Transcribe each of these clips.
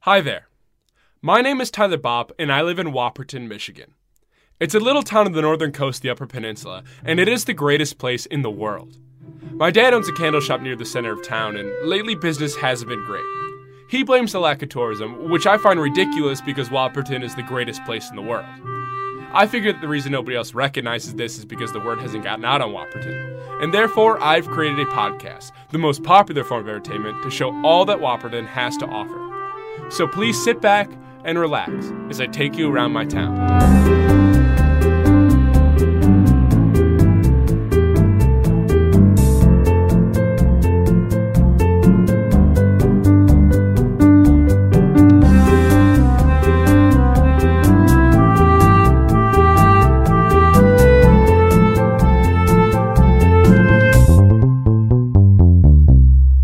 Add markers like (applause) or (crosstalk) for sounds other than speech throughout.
Hi there. My name is Tyler Bopp, and I live in Whopperton, Michigan. It's a little town on the northern coast of the Upper Peninsula, and it is the greatest place in the world. My dad owns a candle shop near the center of town, and lately business hasn't been great. He blames the lack of tourism, which I find ridiculous because Whopperton is the greatest place in the world. I figure that the reason nobody else recognizes this is because the word hasn't gotten out on Whopperton, and therefore I've created a podcast, the most popular form of entertainment, to show all that Whopperton has to offer. So please sit back and relax as I take you around my town.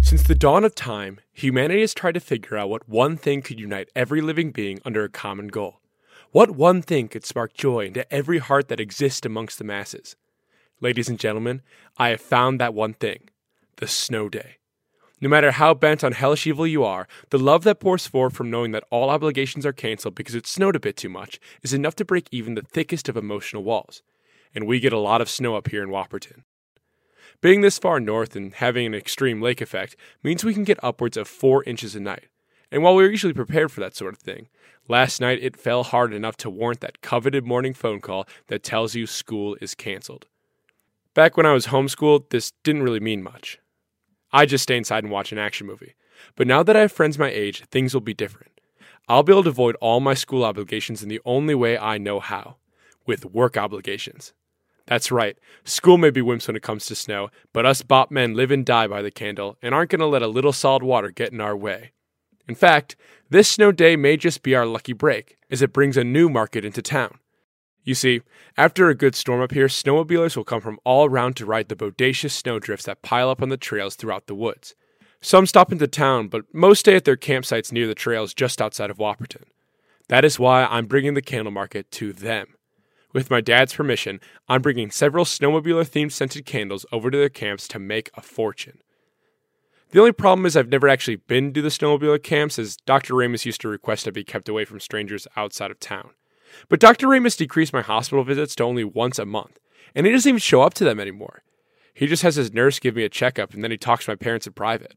Since the dawn of time, humanity has tried to figure out what one thing could unite every living being under a common goal. What one thing could spark joy into every heart that exists amongst the masses? Ladies and gentlemen, I have found that one thing the snow day. No matter how bent on hellish evil you are, the love that pours forth from knowing that all obligations are canceled because it snowed a bit too much is enough to break even the thickest of emotional walls. And we get a lot of snow up here in Whopperton. Being this far north and having an extreme lake effect means we can get upwards of 4 inches a night. And while we are usually prepared for that sort of thing, last night it fell hard enough to warrant that coveted morning phone call that tells you school is canceled. Back when I was homeschooled, this didn't really mean much. I just stay inside and watch an action movie. But now that I have friends my age, things will be different. I'll be able to avoid all my school obligations in the only way I know how with work obligations. That's right, school may be wimps when it comes to snow, but us bop men live and die by the candle and aren't going to let a little solid water get in our way. In fact, this snow day may just be our lucky break, as it brings a new market into town. You see, after a good storm up here, snowmobilers will come from all around to ride the bodacious snowdrifts that pile up on the trails throughout the woods. Some stop into town, but most stay at their campsites near the trails just outside of Whopperton. That is why I'm bringing the candle market to them. With my dad's permission, I'm bringing several snowmobiler themed scented candles over to their camps to make a fortune. The only problem is I've never actually been to the snowmobiler camps, as Dr. Ramus used to request I be kept away from strangers outside of town. But Dr. Ramus decreased my hospital visits to only once a month, and he doesn't even show up to them anymore. He just has his nurse give me a checkup and then he talks to my parents in private.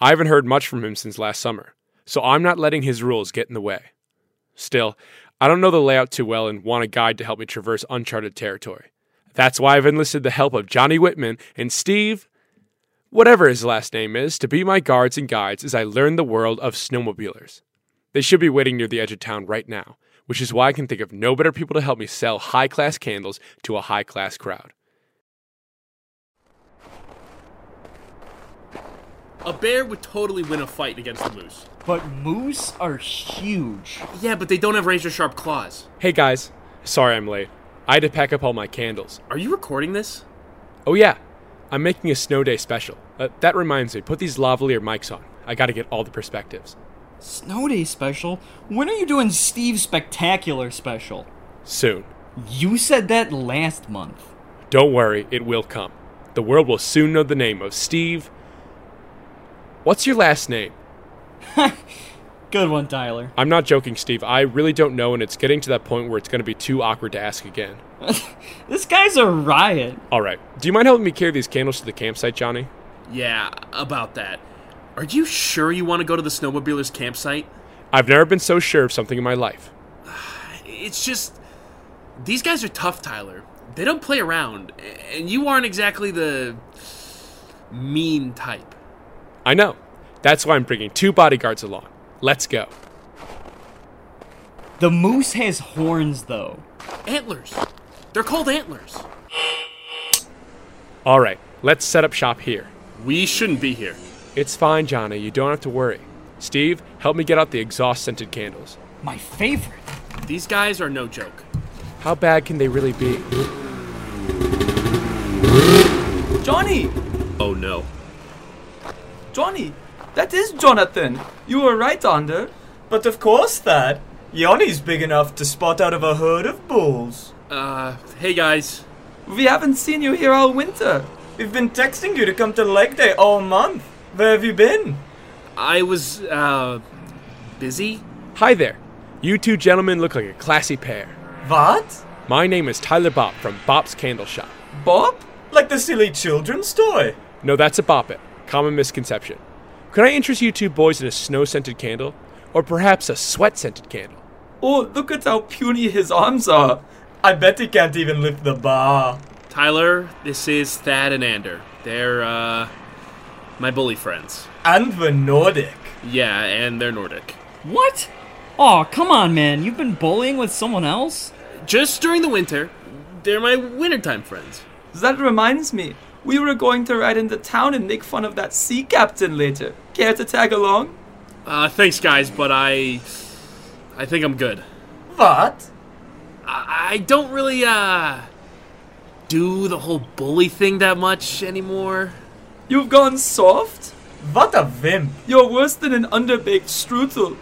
I haven't heard much from him since last summer, so I'm not letting his rules get in the way. Still, I don't know the layout too well and want a guide to help me traverse uncharted territory. That's why I've enlisted the help of Johnny Whitman and Steve, whatever his last name is, to be my guards and guides as I learn the world of snowmobilers. They should be waiting near the edge of town right now, which is why I can think of no better people to help me sell high class candles to a high class crowd. A bear would totally win a fight against a moose. But moose are huge. Yeah, but they don't have razor sharp claws. Hey guys, sorry I'm late. I had to pack up all my candles. Are you recording this? Oh yeah, I'm making a snow day special. Uh, that reminds me, put these lavalier mics on. I gotta get all the perspectives. Snow Day special? When are you doing Steve's Spectacular special? Soon. You said that last month. Don't worry, it will come. The world will soon know the name of Steve. What's your last name? Good one, Tyler. I'm not joking, Steve. I really don't know, and it's getting to that point where it's going to be too awkward to ask again. This guy's a riot. All right. Do you mind helping me carry these candles to the campsite, Johnny? Yeah, about that. Are you sure you want to go to the snowmobiler's campsite? I've never been so sure of something in my life. It's just. These guys are tough, Tyler. They don't play around, and you aren't exactly the. mean type. I know. That's why I'm bringing two bodyguards along. Let's go. The moose has horns, though. Antlers! They're called antlers! All right. Let's set up shop here. We shouldn't be here. It's fine, Johnny. You don't have to worry. Steve, help me get out the exhaust scented candles. My favorite. These guys are no joke. How bad can they really be? Johnny! Oh no. Johnny! That is Jonathan! You were right, Ander. But of course that. Yanni's big enough to spot out of a herd of bulls. Uh, hey guys. We haven't seen you here all winter. We've been texting you to come to leg day all month. Where have you been? I was, uh, Busy? Hi there. You two gentlemen look like a classy pair. What? My name is Tyler Bopp from Bopp's Candle Shop. Bob? Like the silly children's toy. No, that's a Bop It. Common misconception. Could I interest you two boys in a snow scented candle? Or perhaps a sweat scented candle? Oh, look at how puny his arms are. I bet he can't even lift the bar. Tyler, this is Thad and Ander. They're, uh, my bully friends. And the Nordic. Yeah, and they're Nordic. What? Oh, come on, man. You've been bullying with someone else? Just during the winter, they're my wintertime friends. That reminds me, we were going to ride into town and make fun of that sea captain later. Care to tag along? Uh, thanks, guys, but I. I think I'm good. What? I, I don't really, uh. do the whole bully thing that much anymore. You've gone soft? What a vimp. You're worse than an underbaked strudel.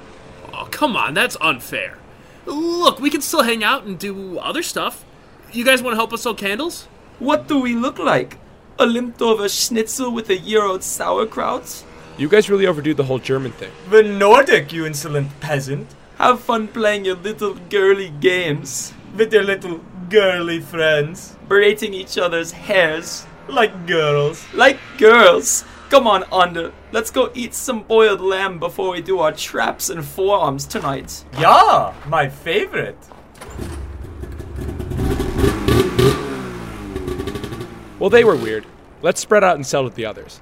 Oh, come on, that's unfair. Look, we can still hang out and do other stuff. You guys want to help us sell candles? What do we look like? A limped over schnitzel with a year old sauerkraut? You guys really overdo the whole German thing. The Nordic, you insolent peasant. Have fun playing your little girly games, With your little girly friends. braiding each other's hairs. Like girls. Like girls! Come on, Ander, let's go eat some boiled lamb before we do our traps and forearms tonight. Yeah, my favorite. Well, they were weird. Let's spread out and sell to the others.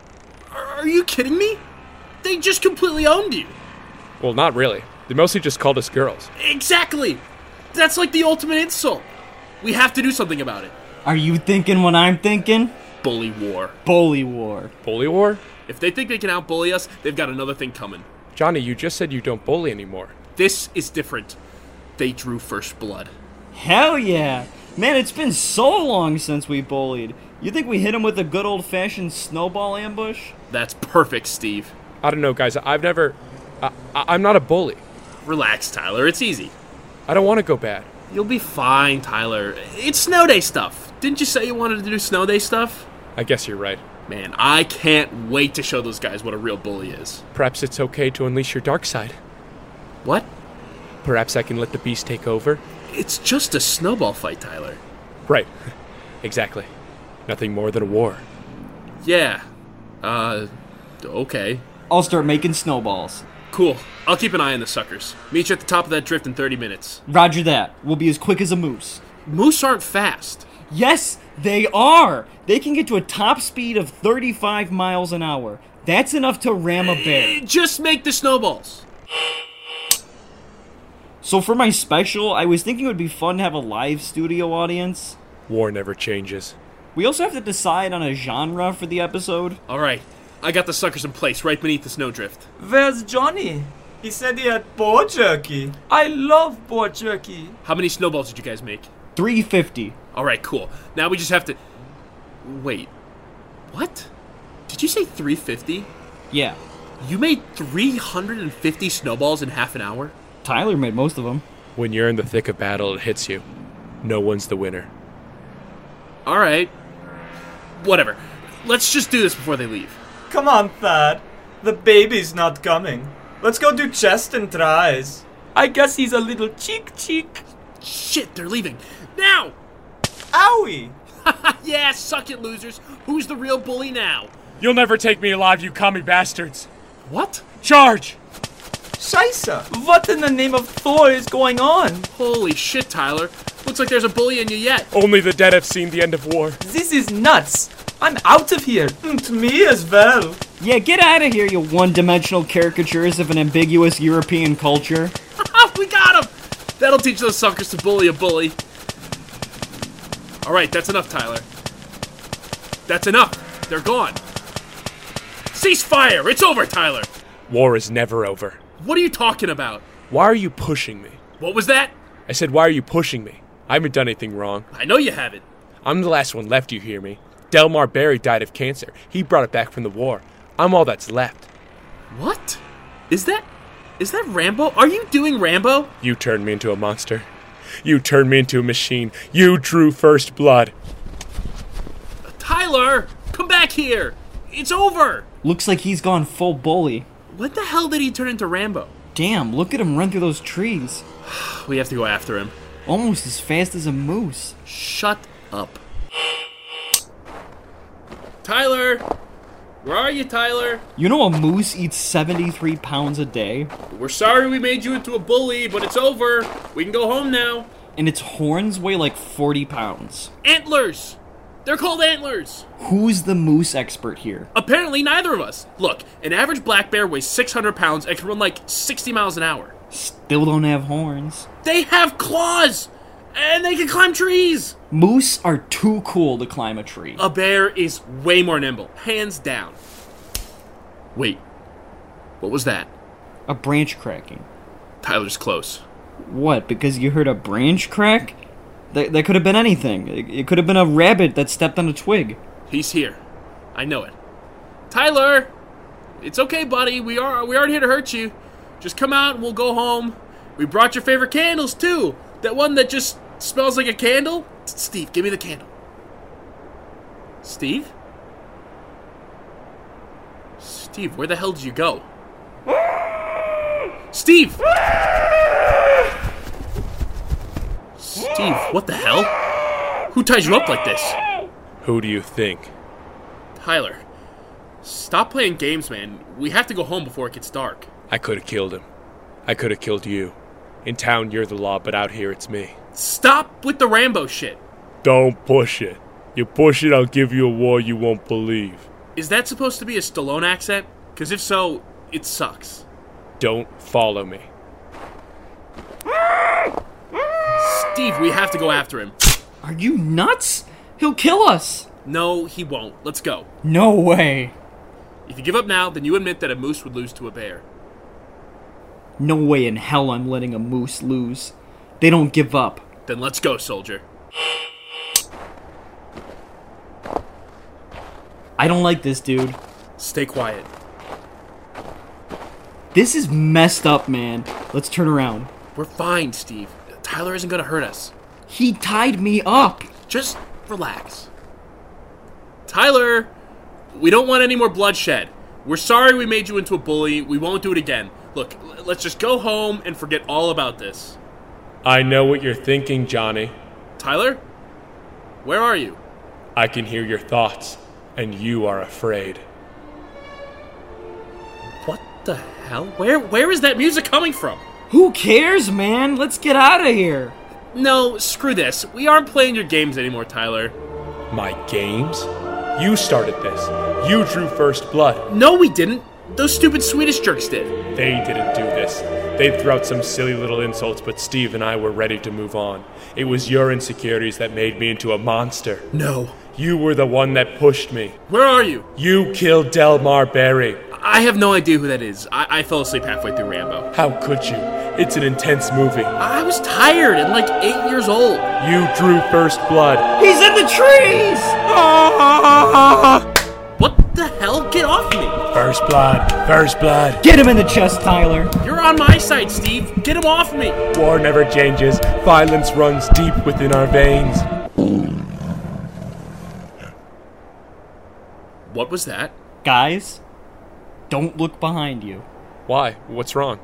Are, are you kidding me? They just completely owned you. Well, not really. They mostly just called us girls. Exactly. That's like the ultimate insult. We have to do something about it. Are you thinking what I'm thinking? Bully war. Bully war. Bully war? If they think they can outbully us, they've got another thing coming. Johnny, you just said you don't bully anymore. This is different. They drew first blood. Hell yeah. Man, it's been so long since we bullied. You think we hit him with a good old fashioned snowball ambush? That's perfect, Steve. I don't know, guys. I've never. I, I- I'm not a bully. Relax, Tyler. It's easy. I don't want to go bad. You'll be fine, Tyler. It's snow day stuff. Didn't you say you wanted to do snow day stuff? I guess you're right. Man, I can't wait to show those guys what a real bully is. Perhaps it's okay to unleash your dark side. What? Perhaps I can let the beast take over. It's just a snowball fight, Tyler. Right. (laughs) exactly. Nothing more than a war. Yeah. Uh, okay. I'll start making snowballs. Cool. I'll keep an eye on the suckers. Meet you at the top of that drift in 30 minutes. Roger that. We'll be as quick as a moose. Moose aren't fast. Yes, they are! They can get to a top speed of 35 miles an hour. That's enough to ram a bear. Just make the snowballs. So, for my special, I was thinking it would be fun to have a live studio audience. War never changes. We also have to decide on a genre for the episode. All right. I got the suckers in place right beneath the snowdrift. Where's Johnny? He said he had boar jerky. I love boar jerky. How many snowballs did you guys make? 350. All right, cool. Now we just have to. Wait. What? Did you say 350? Yeah. You made 350 snowballs in half an hour? Tyler made most of them. When you're in the thick of battle, it hits you. No one's the winner. All right. Whatever. Let's just do this before they leave. Come on, Thad. The baby's not coming. Let's go do chest and tries. I guess he's a little cheek cheek. Shit, they're leaving. Now! Owie! Yeah, suck it, losers. Who's the real bully now? You'll never take me alive, you commie bastards! What? Charge! Scheisse! What in the name of Thor is going on? Holy shit, Tyler. Looks like there's a bully in you yet. (laughs) Only the dead have seen the end of war. This is nuts. I'm out of here. And Mm, me as well. Yeah, get out of here, you one dimensional caricatures of an ambiguous European culture. we got him! That'll teach those suckers to bully a bully. All right, that's enough, Tyler. That's enough. They're gone. Cease fire! It's over, Tyler! War is never over. What are you talking about? Why are you pushing me? What was that? I said, why are you pushing me? I haven't done anything wrong. I know you haven't. I'm the last one left, you hear me? Delmar Barry died of cancer. He brought it back from the war. I'm all that's left. What? Is that. Is that Rambo? Are you doing Rambo? You turned me into a monster. You turned me into a machine. You drew first blood. Tyler! Come back here! It's over! Looks like he's gone full bully. When the hell did he turn into Rambo? Damn, look at him run through those trees. We have to go after him. Almost as fast as a moose. Shut up. Tyler! Where are you, Tyler? You know a moose eats 73 pounds a day? We're sorry we made you into a bully, but it's over. We can go home now. And its horns weigh like 40 pounds. Antlers! They're called antlers! Who's the moose expert here? Apparently, neither of us. Look, an average black bear weighs 600 pounds and can run like 60 miles an hour. Still don't have horns. They have claws! And they can climb trees! Moose are too cool to climb a tree. A bear is way more nimble, hands down. Wait, what was that? A branch cracking. Tyler's close. What? Because you heard a branch crack? That, that could have been anything. It, it could have been a rabbit that stepped on a twig. He's here. I know it. Tyler, it's okay, buddy. We are we aren't here to hurt you. Just come out and we'll go home. We brought your favorite candles too. That one that just smells like a candle. S- Steve, give me the candle. Steve? Steve, where the hell did you go? Steve! Steve, what the hell? Who ties you up like this? Who do you think? Tyler, stop playing games, man. We have to go home before it gets dark. I could have killed him. I could have killed you. In town, you're the law, but out here, it's me. Stop with the Rambo shit. Don't push it. You push it, I'll give you a war you won't believe. Is that supposed to be a Stallone accent? Because if so, it sucks. Don't follow me. Steve, we have to go after him. Are you nuts? He'll kill us! No, he won't. Let's go. No way. If you give up now, then you admit that a moose would lose to a bear. No way in hell I'm letting a moose lose. They don't give up. Then let's go, soldier. I don't like this, dude. Stay quiet. This is messed up, man. Let's turn around. We're fine, Steve. Tyler isn't gonna hurt us. He tied me up. Just relax. Tyler, we don't want any more bloodshed. We're sorry we made you into a bully. We won't do it again. Look, l- let's just go home and forget all about this. I know what you're thinking, Johnny. Tyler? Where are you? I can hear your thoughts, and you are afraid. What the hell? Where where is that music coming from? Who cares, man? Let's get out of here. No, screw this. We aren't playing your games anymore, Tyler. My games? You started this. You drew first blood. No, we didn't. Those stupid Swedish jerks did. They didn't do this. They threw out some silly little insults, but Steve and I were ready to move on. It was your insecurities that made me into a monster. No. You were the one that pushed me. Where are you? You killed Delmar Barry. I have no idea who that is. I, I fell asleep halfway through Rambo. How could you? It's an intense movie. I was tired and like eight years old. You drew first blood. He's in the trees. What the hell? Get off me! First blood. First blood. Get him in the chest, Tyler. You're on my side, Steve. Get him off me! War never changes. Violence runs deep within our veins. What was that? Guys, don't look behind you. Why? What's wrong?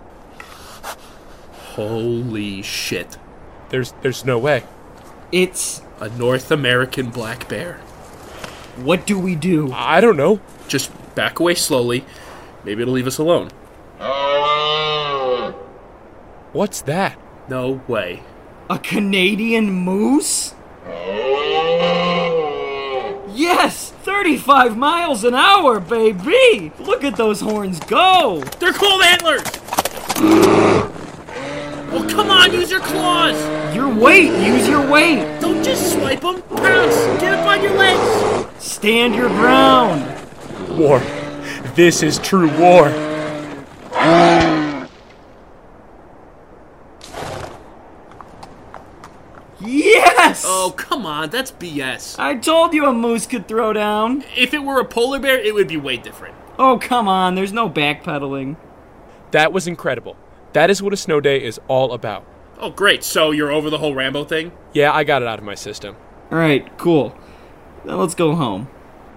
Holy shit. There's there's no way. It's A North American black bear. what do we do? I don't know. Just back away slowly. Maybe it'll leave us alone. What's that? No way. A Canadian moose? Yes, 35 miles an hour, baby. Look at those horns go. They're called antlers! Well, come on, use your claws! Your weight, use your weight. Don't just swipe them! Pounce! Get up on your legs! Stand your ground. War. This is true war. Yes. Oh, come on, that's BS. I told you a moose could throw down. If it were a polar bear, it would be way different. Oh, come on. There's no backpedaling. That was incredible. That is what a snow day is all about. Oh, great, so you're over the whole Rambo thing? Yeah, I got it out of my system. All right, cool. Now let's go home.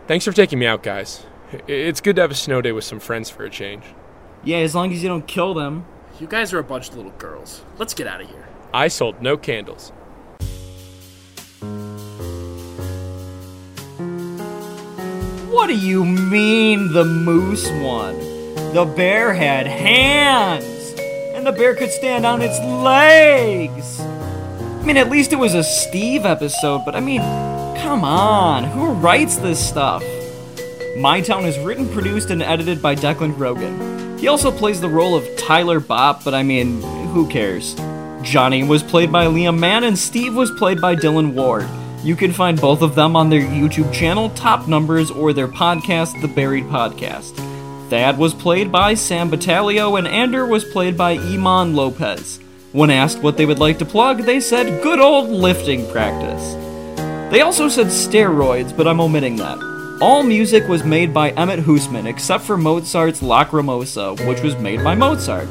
Thanks for taking me out, guys. I- It's good to have a snow day with some friends for a change. Yeah, as long as you don't kill them. You guys are a bunch of little girls. Let's get out of here. I sold no candles. What do you mean the moose won? The bear had hands, and the bear could stand on its legs. I mean, at least it was a Steve episode, but I mean, come on, who writes this stuff? My Town is written, produced, and edited by Declan Rogan. He also plays the role of Tyler Bopp, but I mean, who cares? Johnny was played by Liam Mann, and Steve was played by Dylan Ward. You can find both of them on their YouTube channel, Top Numbers, or their podcast, The Buried Podcast. Thad was played by Sam Battaglio, and Ander was played by Iman Lopez. When asked what they would like to plug, they said good old lifting practice. They also said steroids, but I'm omitting that. All music was made by Emmett Hoosman, except for Mozart's Lacrimosa, which was made by Mozart.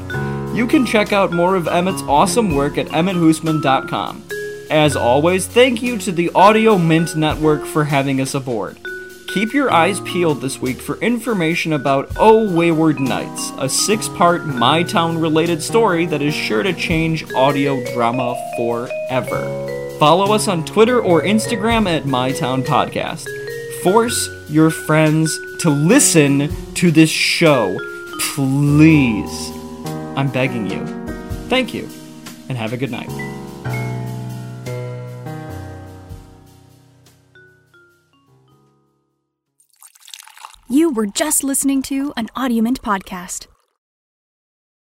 You can check out more of Emmett's awesome work at emmetthoosman.com. As always, thank you to the Audio Mint Network for having us aboard. Keep your eyes peeled this week for information about Oh Wayward Nights, a six part My Town related story that is sure to change audio drama forever. Follow us on Twitter or Instagram at My Town Podcast. Force your friends to listen to this show. Please. I'm begging you. Thank you, and have a good night. You were just listening to an Audiomint podcast.